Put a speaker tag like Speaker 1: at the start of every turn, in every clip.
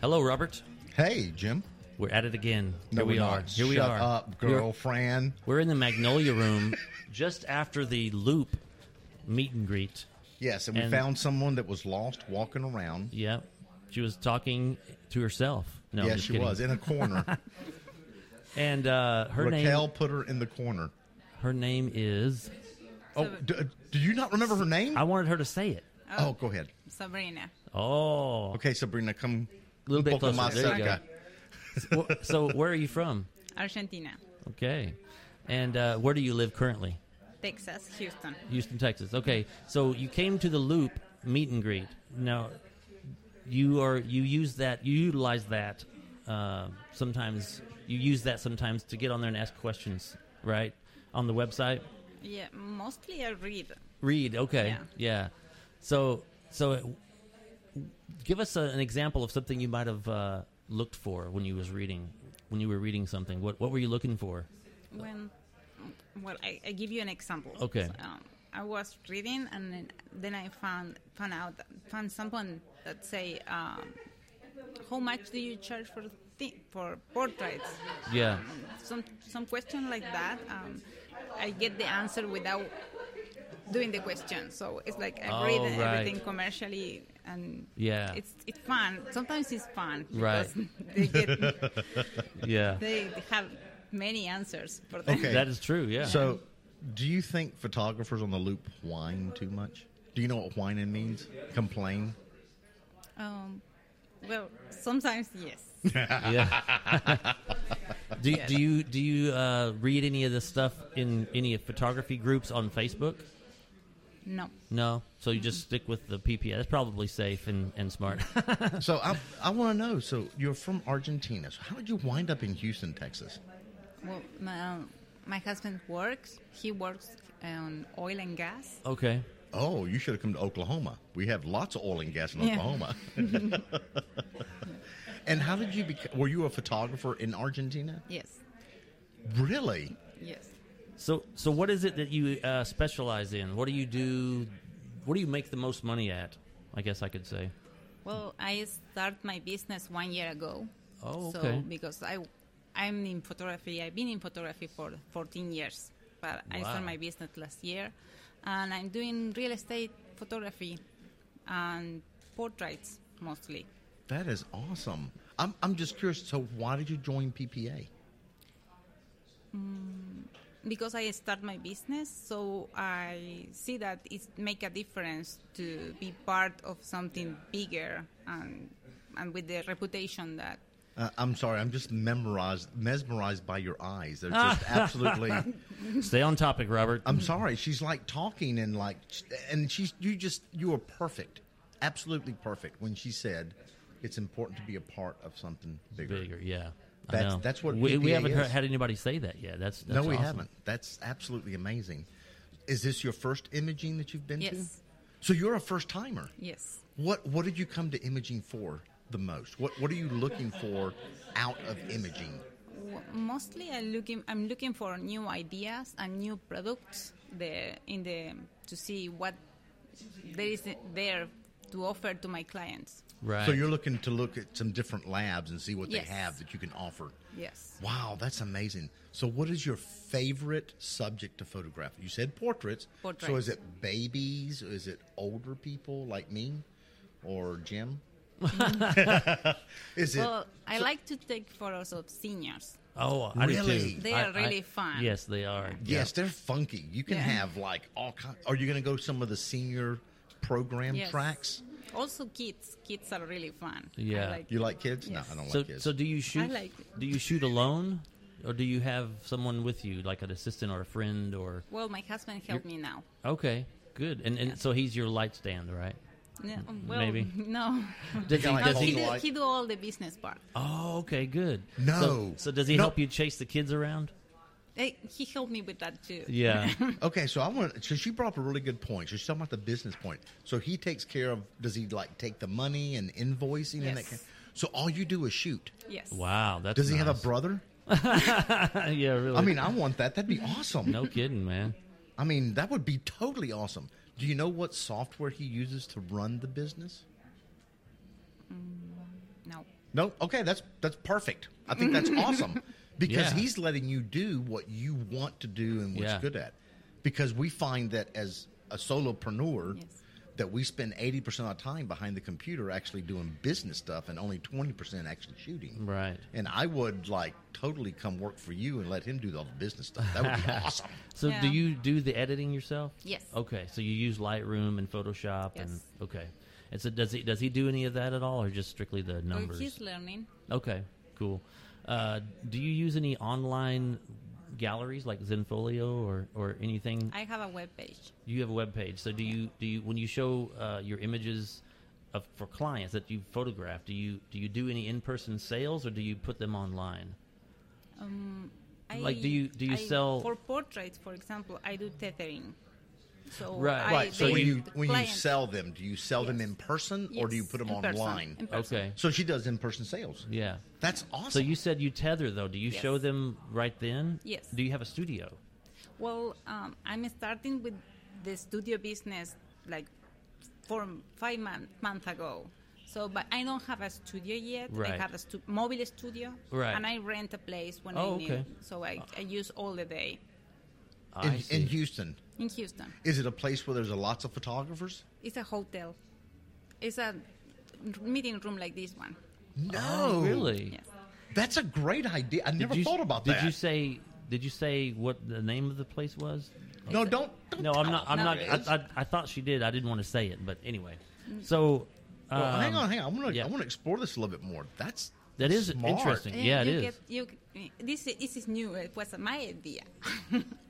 Speaker 1: Hello, Robert.
Speaker 2: Hey, Jim.
Speaker 1: We're at it again.
Speaker 2: No,
Speaker 1: Here we
Speaker 2: we're
Speaker 1: are.
Speaker 2: not.
Speaker 1: Here we
Speaker 2: Shut
Speaker 1: are.
Speaker 2: up,
Speaker 1: We're-
Speaker 2: girlfriend.
Speaker 1: We're in the Magnolia Room just after the Loop meet and greet.
Speaker 2: Yes, and we
Speaker 1: And-
Speaker 2: found someone that was lost walking around.
Speaker 1: Yeah, she was talking to herself. No, I'm
Speaker 2: yes,
Speaker 1: just
Speaker 2: she
Speaker 1: kidding.
Speaker 2: was in a corner.
Speaker 1: And uh, her
Speaker 2: Raquel
Speaker 1: name.
Speaker 2: put her in the corner.
Speaker 1: Her name is.
Speaker 2: Oh, do, do you not remember her name?
Speaker 1: I wanted her to say it.
Speaker 2: oh, go ahead.
Speaker 3: Sabrina.
Speaker 1: Oh.
Speaker 2: Okay, Sabrina, come.
Speaker 1: A little bit
Speaker 2: un poco
Speaker 1: closer.
Speaker 2: más
Speaker 1: There you
Speaker 2: cerca.
Speaker 1: go. Wh- so, where are you from?
Speaker 3: Argentina.
Speaker 1: Okay. And uh, where do you live currently?
Speaker 3: Texas. Houston.
Speaker 1: Houston, Texas. Okay, so you came to the Loop meet and greet. Now, you are you use that you utilize that uh, sometimes. You use that sometimes to get on there and ask questions, right? On the website,
Speaker 3: Yeah, mostly I read.
Speaker 1: read. Okay, yeah.
Speaker 3: Yeah.
Speaker 1: So, so it, give us a, an example of something you might have uh, looked for when you was reading when you were reading something. What what were you looking for?
Speaker 3: When, well, I, I give you an example.
Speaker 1: Okay.
Speaker 3: So, um, I was reading and then- then I found found out found someone that say, um, how much do you charge for thi- for portraits?
Speaker 1: Yeah.
Speaker 3: Some some question like that. Um, I get the answer without doing the question. So it's like I
Speaker 1: Oh,
Speaker 3: read
Speaker 1: right.
Speaker 3: everything commercially and
Speaker 1: Yeah.
Speaker 3: it's it's fun. Sometimes it's fun
Speaker 1: Right.
Speaker 3: because they get
Speaker 1: Yeah.
Speaker 3: they have many answers for them.
Speaker 2: Okay.
Speaker 1: That is true. Yeah.
Speaker 2: So, do you think photographers on the loop whine too much? Do you know what whining means? Complain?
Speaker 3: Um, well, sometimes yes.
Speaker 1: yeah. do,
Speaker 3: Yeah.
Speaker 1: do you do you uh, read any of this stuff in any photography groups on Facebook?
Speaker 3: No.
Speaker 1: No, so you just stick with the PPA. That's probably safe and, and smart.
Speaker 2: So, I, I want to know. So, you're from Argentina. So, how did you wind up in Houston, Texas?
Speaker 3: Well, my, um, my husband works. He works on oil and gas.
Speaker 1: okay,
Speaker 2: Oh, you should have come to Oklahoma. We have lots of oil and gas in
Speaker 3: Yeah.
Speaker 2: Oklahoma. and how did you become? Were you a photographer in Argentina?
Speaker 3: Yes.
Speaker 2: Really?
Speaker 3: Yes.
Speaker 1: so so what is it that you uh, specialize in? What do you do? What do you make the most money at? I guess I could say.
Speaker 3: Well, I start my business one year ago.
Speaker 1: Oh,
Speaker 3: So
Speaker 1: okay.
Speaker 3: because I, I'm in photography. I've been in photography for 14 years, but I
Speaker 1: Wow.
Speaker 3: started my business last year, and I'm doing real estate photography, and portraits mostly.
Speaker 2: That is awesome. I'm, I'm just curious. So, why did you join PPA?
Speaker 3: Because I start my business, so I see that it make a difference to be part of something bigger and and with the reputation that
Speaker 2: Uh, I'm sorry. I'm just memorized, mesmerized by your eyes. They're just absolutely.
Speaker 1: Stay on topic, Robert.
Speaker 2: I'm sorry. She's like talking and like, and she's you just you are perfect, absolutely perfect. When she said, "It's important to be a part of something bigger."
Speaker 1: Bigger, yeah. I
Speaker 2: That's-
Speaker 1: know.
Speaker 2: that's what
Speaker 1: we, we
Speaker 2: PPA
Speaker 1: haven't heard,
Speaker 2: is.
Speaker 1: had anybody say that yet. That's, that's
Speaker 2: no, we
Speaker 1: awesome.
Speaker 2: haven't. That's absolutely amazing. Is this your first imaging that you've been to?
Speaker 3: Yes.
Speaker 2: So you're a first timer.
Speaker 3: yes.
Speaker 2: What What did you come to imaging for the most? What What are you looking for out of imaging?
Speaker 3: W- mostly I'm looking I'm looking for new ideas and new products there in the to see what there is there to offer to my clients.
Speaker 1: Right.
Speaker 2: So you're looking to look at some different labs and see what
Speaker 3: Yes.
Speaker 2: they have that you can offer.
Speaker 3: Yes.
Speaker 2: Wow, that's amazing. So what is your favorite subject to photograph? You said portraits. So
Speaker 3: Portraits.
Speaker 2: is it babies? Is it older people like me or Jim? is it
Speaker 3: Mm-hmm. Well, I like to take photos of seniors.
Speaker 1: oh, I do
Speaker 2: Really?
Speaker 1: too.
Speaker 3: They
Speaker 1: I-
Speaker 3: are
Speaker 1: I-
Speaker 3: really fun.
Speaker 1: Yes, they are.
Speaker 2: Yes, they're funky. You can
Speaker 3: Yeah.
Speaker 2: have like all kinds. Are you going to go some of the senior program
Speaker 3: Yes.
Speaker 2: tracks?
Speaker 3: Also kids. Kids are really fun. I
Speaker 1: Yeah.
Speaker 3: like-
Speaker 2: You like kids?
Speaker 3: Yes.
Speaker 2: No, I don't
Speaker 1: So,
Speaker 2: like kids.
Speaker 1: so do you shoot?
Speaker 3: like
Speaker 1: Do you shoot alone, or do you have someone with you, like an assistant or a friend, or?
Speaker 3: well, my husband helped me now.
Speaker 1: Okay, good. And and so he's your light stand, right?
Speaker 3: No, well,
Speaker 1: Mm, Maybe.
Speaker 3: no.
Speaker 1: Does
Speaker 2: Yeah, like
Speaker 3: No,
Speaker 1: does
Speaker 2: hold
Speaker 3: he,
Speaker 2: the
Speaker 3: do,
Speaker 2: light.
Speaker 3: he do all the business part.
Speaker 1: Oh, okay, good.
Speaker 2: No.
Speaker 1: So, so does he
Speaker 2: No.
Speaker 1: help you chase the kids around?
Speaker 3: Eh, He helped me with that too.
Speaker 1: Yeah.
Speaker 2: okay, so I want. So she brought up a really good point. She's talking about the business point. So he takes care of. Does he like take the money and invoicing and that?
Speaker 3: Yes.
Speaker 2: Kind so all you do is shoot.
Speaker 3: Yes.
Speaker 1: wow, that's.
Speaker 2: Does he have a
Speaker 1: nice.
Speaker 2: brother?
Speaker 1: yeah, really.
Speaker 2: I mean, I want that. That'd be awesome.
Speaker 1: no kidding, man.
Speaker 2: I mean, that would be totally awesome. Do you know what software he uses to run the business?
Speaker 3: No.
Speaker 2: No, okay, that's that's perfect. I think that's awesome because
Speaker 1: Yeah.
Speaker 2: he's letting you do what you want to do and what
Speaker 1: Yeah.
Speaker 2: you're good at. Because we find that as a solopreneur,
Speaker 3: Yes.
Speaker 2: that we spend eighty percent of our time behind the computer actually doing business stuff and only twenty percent actually shooting.
Speaker 1: Right.
Speaker 2: And I would like totally come work for you and let him do all the business stuff. That would be awesome.
Speaker 1: So do
Speaker 3: Yeah.
Speaker 1: you do the editing yourself?
Speaker 3: Yes.
Speaker 1: Okay, so you use Lightroom and Photoshop and
Speaker 3: Yes.
Speaker 1: okay. And so does he does he do any of that at all, or just strictly the
Speaker 3: Or
Speaker 1: numbers?
Speaker 3: he's learning.
Speaker 1: Okay, cool. Uh, do you use any online galleries like Zenfolio or, or anything?
Speaker 3: I have a web page.
Speaker 1: you have a web page, so do you do you when you show uh, your images of, for clients that you photograph? Do you do you do any in person sales or do you put them online?
Speaker 3: I,
Speaker 1: Like, do you- do you
Speaker 3: I-
Speaker 1: sell-
Speaker 3: for portraits, for example? I do tethering. So
Speaker 1: Right.
Speaker 3: I-
Speaker 2: Right. So
Speaker 3: they-
Speaker 2: when you
Speaker 3: the
Speaker 2: when
Speaker 3: client-
Speaker 2: you sell them, do you sell them
Speaker 3: Yes.
Speaker 2: in person or do you
Speaker 3: Yes,
Speaker 2: put them
Speaker 3: in person,
Speaker 2: online?
Speaker 3: in person.
Speaker 1: Okay,
Speaker 2: So she does in person sales.
Speaker 1: yeah.
Speaker 2: That's awesome.
Speaker 1: So you said you tether though. Do you
Speaker 3: Yes.
Speaker 1: show them right then?
Speaker 3: Yes.
Speaker 1: Do you have a studio?
Speaker 3: Well, um, I'm starting with the studio business like four, five month, month ago. So, but I don't have a studio yet.
Speaker 1: Right.
Speaker 3: I have a stu- mobile studio,
Speaker 1: Right.
Speaker 3: and I rent a place when
Speaker 1: Oh,
Speaker 3: I need.
Speaker 1: okay.
Speaker 3: So I, I use all the day
Speaker 1: I
Speaker 2: in,
Speaker 1: see.
Speaker 2: in Houston.
Speaker 3: in Houston.
Speaker 2: Is it a place where there's a lots of photographers?
Speaker 3: It's a hotel. It's a meeting room like this one.
Speaker 2: No,
Speaker 1: Oh, really?
Speaker 3: Yes.
Speaker 2: That's a great idea. I never
Speaker 1: Did you-
Speaker 2: thought about
Speaker 1: did
Speaker 2: that.
Speaker 1: you say? Did you say what the name of the place was?
Speaker 2: no, don't. don't
Speaker 1: No, I'm
Speaker 2: tell.
Speaker 1: not. I'm
Speaker 3: No.
Speaker 1: not. I, I, I thought she did. I didn't want to say it, but anyway.
Speaker 3: Mm.
Speaker 1: So, um,
Speaker 2: Well, hang on, hang on. I want to.
Speaker 1: yeah.
Speaker 2: I want to explore this a little bit more. That's
Speaker 1: That is
Speaker 2: smart.
Speaker 1: interesting.
Speaker 3: And
Speaker 1: Yeah, it
Speaker 3: Eh, you
Speaker 1: is.
Speaker 3: Get, you, this, is- this is new. It was my idea.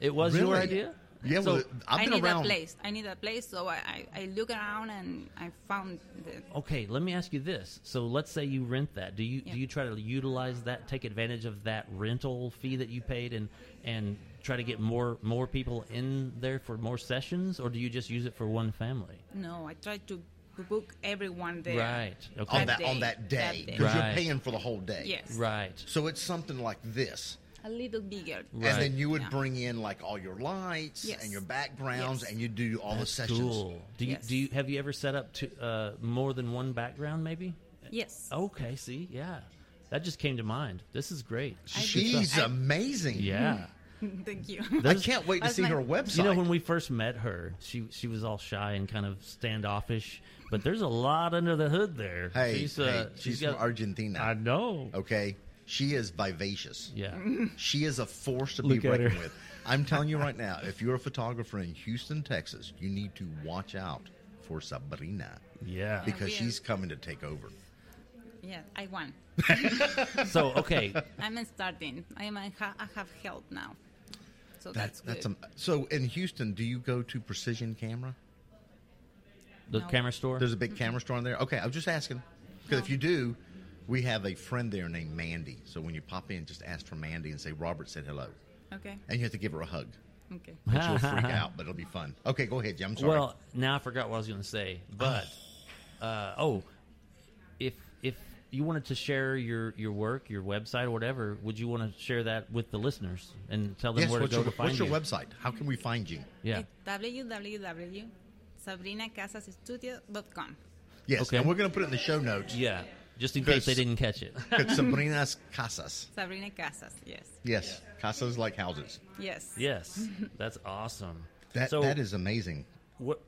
Speaker 1: It was your
Speaker 2: Really?
Speaker 1: idea.
Speaker 2: Yeah,
Speaker 1: So-
Speaker 2: well, I've
Speaker 3: I
Speaker 2: been
Speaker 3: need
Speaker 2: around.
Speaker 3: a place. I need a place. So I, I, I look around and I found the
Speaker 1: okay, let me ask you this. So let's say you rent that. Do you
Speaker 3: Yeah.
Speaker 1: do you try to utilize that, take advantage of that rental fee that you paid, and and try to get more more people in there for more sessions, or do you just use it for one family?
Speaker 3: No, I tried to b- book everyone there.
Speaker 1: Right. Okay.
Speaker 2: on
Speaker 3: That
Speaker 2: that, on
Speaker 3: day.
Speaker 2: that
Speaker 3: That
Speaker 2: day
Speaker 3: day.
Speaker 2: because
Speaker 1: Right.
Speaker 2: you're paying for the whole day.
Speaker 3: Yes.
Speaker 1: Right.
Speaker 2: So it's something like this.
Speaker 3: A little bigger.
Speaker 1: Right.
Speaker 2: And then you would
Speaker 3: Yeah.
Speaker 2: bring in like all your lights
Speaker 3: Yes.
Speaker 2: and your backgrounds,
Speaker 3: Yes.
Speaker 2: and you do all the sessions.
Speaker 1: Cool. Do you
Speaker 3: Yes.
Speaker 1: do you have you ever set up to uh, more than one background? Maybe.
Speaker 3: Yes.
Speaker 1: Okay. See. Yeah. That just came to mind. This is great.
Speaker 2: She's
Speaker 3: I-
Speaker 2: amazing.
Speaker 1: Yeah.
Speaker 3: Thank you.
Speaker 2: I
Speaker 1: Those-
Speaker 2: can't wait to
Speaker 3: That's
Speaker 2: see
Speaker 3: my-
Speaker 2: her website.
Speaker 1: You know, when we first met her, she she was all shy and kind of standoffish. But there's a lot under the hood there.
Speaker 2: hey,
Speaker 1: she's,
Speaker 2: hey,
Speaker 1: uh,
Speaker 2: she's
Speaker 1: got-
Speaker 2: from Argentina.
Speaker 1: I know.
Speaker 2: okay, she is vivacious.
Speaker 1: Yeah.
Speaker 2: She is a force to
Speaker 1: Look
Speaker 2: be
Speaker 1: at
Speaker 2: reckoned
Speaker 1: her.
Speaker 2: with. I'm telling you right now, if you're a photographer in Houston, Texas, you need to watch out for Sabrina
Speaker 1: Yeah.
Speaker 2: because
Speaker 3: Yeah.
Speaker 2: she's coming to take over.
Speaker 3: yeah, I won.
Speaker 1: So okay,
Speaker 3: I'm starting. I'm, I, ha- I have help now. So
Speaker 2: That's
Speaker 3: that's
Speaker 2: that's
Speaker 3: good.
Speaker 2: am- so. In Houston, do you go to Precision Camera?
Speaker 1: the
Speaker 3: No.
Speaker 1: camera store.
Speaker 2: There's a big camera store in there. Okay, I was just asking because if
Speaker 3: No.
Speaker 2: you do, we have a friend there named Mandy. So when you pop in, just ask for Mandy and say Robert said hello,
Speaker 3: okay.
Speaker 2: and you have to give her a hug.
Speaker 3: Okay.
Speaker 2: And she'll
Speaker 3: Uh-huh.
Speaker 2: freak out, but it'll be fun. Okay, go ahead, Jim. I'm sorry.
Speaker 1: Well, now I forgot what I was going to say, but uh, oh, if if you wanted to share your your work, your website or whatever, would you want to share that with the listeners and tell them
Speaker 2: yes.
Speaker 1: where to
Speaker 2: What's
Speaker 1: go
Speaker 2: your,
Speaker 1: to find
Speaker 2: what's your
Speaker 1: you?
Speaker 2: website? How can we find you?
Speaker 1: Yeah.
Speaker 3: It's www.sabrinacasasstudio.com.
Speaker 2: Yes,
Speaker 1: Okay.
Speaker 2: and we're going to put it in the show notes.
Speaker 1: Yeah. Just in case they
Speaker 2: Because-
Speaker 1: didn't catch it.
Speaker 2: Because Sabrina's casas.
Speaker 3: Sabrina Casas. Yes.
Speaker 2: Yes, casas like houses.
Speaker 3: Yes.
Speaker 1: yes. That's awesome.
Speaker 2: That
Speaker 1: so
Speaker 2: that is amazing.
Speaker 1: What?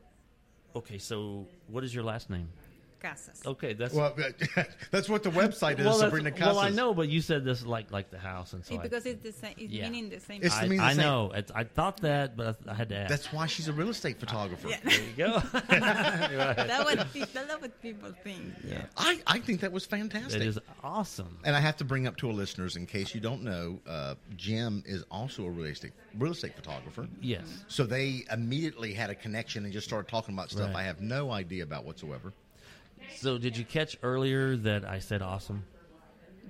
Speaker 1: Okay, so what is your last name?
Speaker 3: Casas.
Speaker 1: Okay, that's
Speaker 2: Well, that's what the website is.
Speaker 1: well, that's-
Speaker 2: Sabrina Casas.
Speaker 1: well, I know, but you said this like like the house and so
Speaker 3: It-
Speaker 1: I-
Speaker 3: because it's the same. It's
Speaker 1: Yeah.
Speaker 3: meaning the same.
Speaker 2: It's-
Speaker 1: I,
Speaker 2: mean the
Speaker 1: I
Speaker 2: same.
Speaker 1: know. It's, I thought that, but I, I had to ask.
Speaker 2: That's why she's a real estate photographer.
Speaker 3: yeah.
Speaker 1: there you go.
Speaker 3: that what pe- that what people think. Yeah.
Speaker 2: I, I think that was fantastic.
Speaker 1: that is awesome.
Speaker 2: And I have to bring up to our listeners, in case you don't know, uh, Jim is also a real estate real estate photographer.
Speaker 1: Yes.
Speaker 2: So they immediately had a connection and just started talking about stuff
Speaker 1: Right.
Speaker 2: I have no idea about whatsoever.
Speaker 1: So did you catch earlier that I said awesome?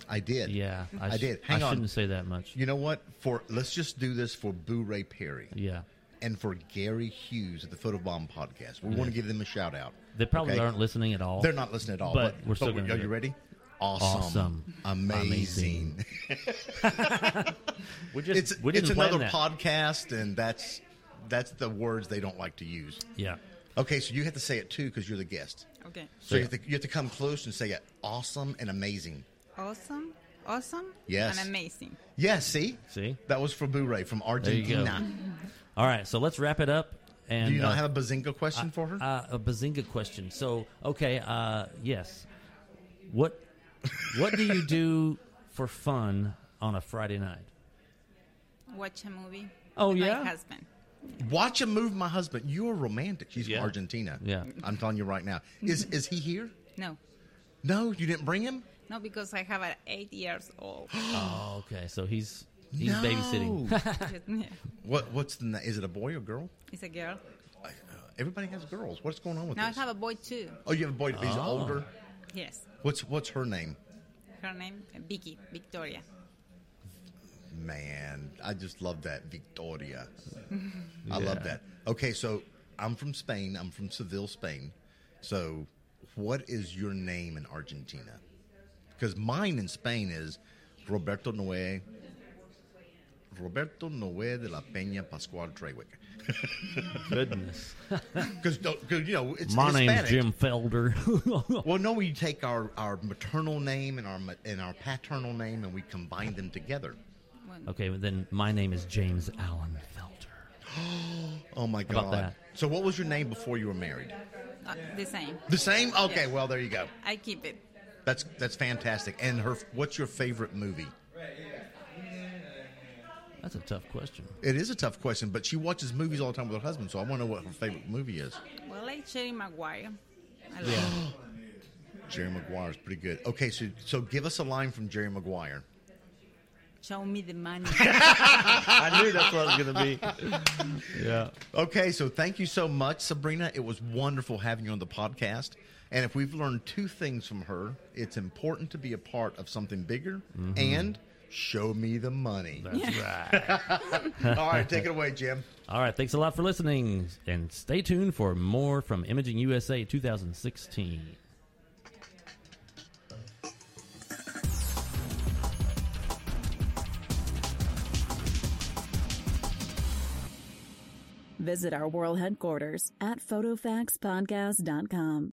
Speaker 2: I did.
Speaker 1: Yeah,
Speaker 2: I,
Speaker 1: sh-
Speaker 2: did. Hang
Speaker 1: I
Speaker 2: on.
Speaker 1: shouldn't say that much.
Speaker 2: You know what? For let's just do this for Boo Ray Perry
Speaker 1: Yeah.
Speaker 2: and for Gary Hughes at the Photobomb Podcast. We want to give them a shout out.
Speaker 1: They probably
Speaker 2: Okay?
Speaker 1: aren't listening at all.
Speaker 2: They're not listening at all.
Speaker 1: But
Speaker 2: But,
Speaker 1: we're still gonna
Speaker 2: are
Speaker 1: do
Speaker 2: you
Speaker 1: it.
Speaker 2: ready? Awesome.
Speaker 1: Awesome.
Speaker 2: Amazing.
Speaker 1: We just
Speaker 2: it's
Speaker 1: we didn't
Speaker 2: it's
Speaker 1: plan
Speaker 2: another
Speaker 1: that.
Speaker 2: podcast, and that's that's the words they don't like to use.
Speaker 1: Yeah.
Speaker 2: Okay, so you have to say it too because you're the guest.
Speaker 3: Okay.
Speaker 2: So you
Speaker 1: Yeah.
Speaker 2: have, to, you have to come close and say it. Awesome and amazing.
Speaker 3: awesome, awesome,
Speaker 2: Yes.
Speaker 3: and amazing.
Speaker 2: Yeah, see?
Speaker 1: See?
Speaker 2: That was for Bure from
Speaker 1: you go.
Speaker 2: Argentina.
Speaker 1: All right, so let's wrap it up. And
Speaker 2: Do you
Speaker 1: uh,
Speaker 2: not have a Bazinga question for her?
Speaker 1: Uh, a bazinga question. So, okay, uh, yes. What what do you do for fun on a Friday night?
Speaker 3: Watch a movie.
Speaker 1: Oh,
Speaker 3: with
Speaker 1: yeah?
Speaker 3: my husband.
Speaker 2: Watch a move, my husband. You're romantic. She's
Speaker 1: Yeah.
Speaker 2: from Argentina.
Speaker 1: Yeah.
Speaker 2: I'm telling you right now. Is is he here?
Speaker 3: No,
Speaker 2: No, you didn't bring him?
Speaker 3: no, because I have an eight years old.
Speaker 1: Oh, okay. So he's he's
Speaker 2: No.
Speaker 1: babysitting.
Speaker 2: what what's the na- is it a boy or girl?
Speaker 3: He's a girl.
Speaker 2: Uh, Everybody has girls. What's going on with
Speaker 3: Now I
Speaker 2: this?
Speaker 3: have a boy too.
Speaker 2: oh, you have a boy. He's
Speaker 1: Oh.
Speaker 2: older.
Speaker 3: Yes,
Speaker 2: What's what's her name?
Speaker 3: her name Vicky Victoria.
Speaker 2: Man, I just love that Victoria.
Speaker 1: Yeah.
Speaker 2: I love that. Okay, so I'm from Spain. I'm from Seville, Spain. So, what is your name in Argentina? Because mine in Spain is Roberto Noé. Roberto Noé de la Peña Pascual Trewick.
Speaker 1: Goodness.
Speaker 2: Because you know it's
Speaker 1: My
Speaker 2: Hispanic.
Speaker 1: name's Jim Felder.
Speaker 2: Well, no, we take our, our maternal name and our ma- and our paternal name and we combine them together.
Speaker 3: Well,
Speaker 1: okay, but then my name is James Allen Felder.
Speaker 2: Oh my
Speaker 1: about
Speaker 2: God!
Speaker 1: that?
Speaker 2: So, what was your name before you were married?
Speaker 3: uh, the same.
Speaker 2: The same? Okay,
Speaker 3: Yes.
Speaker 2: well there you go.
Speaker 3: I keep it.
Speaker 2: That's that's fantastic. And her, what's your favorite movie?
Speaker 1: That's a tough question.
Speaker 2: It is a tough question, but she watches movies all the time with her husband, so I want to know what her favorite movie is.
Speaker 3: Well, like Jerry Maguire. I love
Speaker 1: Yeah.
Speaker 2: Jerry Maguire is pretty good. Okay, so so give us a line from Jerry Maguire.
Speaker 3: Show me the money.
Speaker 1: I knew that's what I was going to be. yeah.
Speaker 2: Okay, so thank you so much, Sabrina. It was wonderful having you on the podcast. And if we've learned two things from her, it's important to be a part of something bigger and show me the money.
Speaker 1: Mm-hmm. That's right.
Speaker 2: All right, take it away, Jim.
Speaker 1: All right, thanks a lot for listening, and stay tuned for more from Imaging USA 2016.
Speaker 4: Visit our world headquarters at photofaxpodcast.com.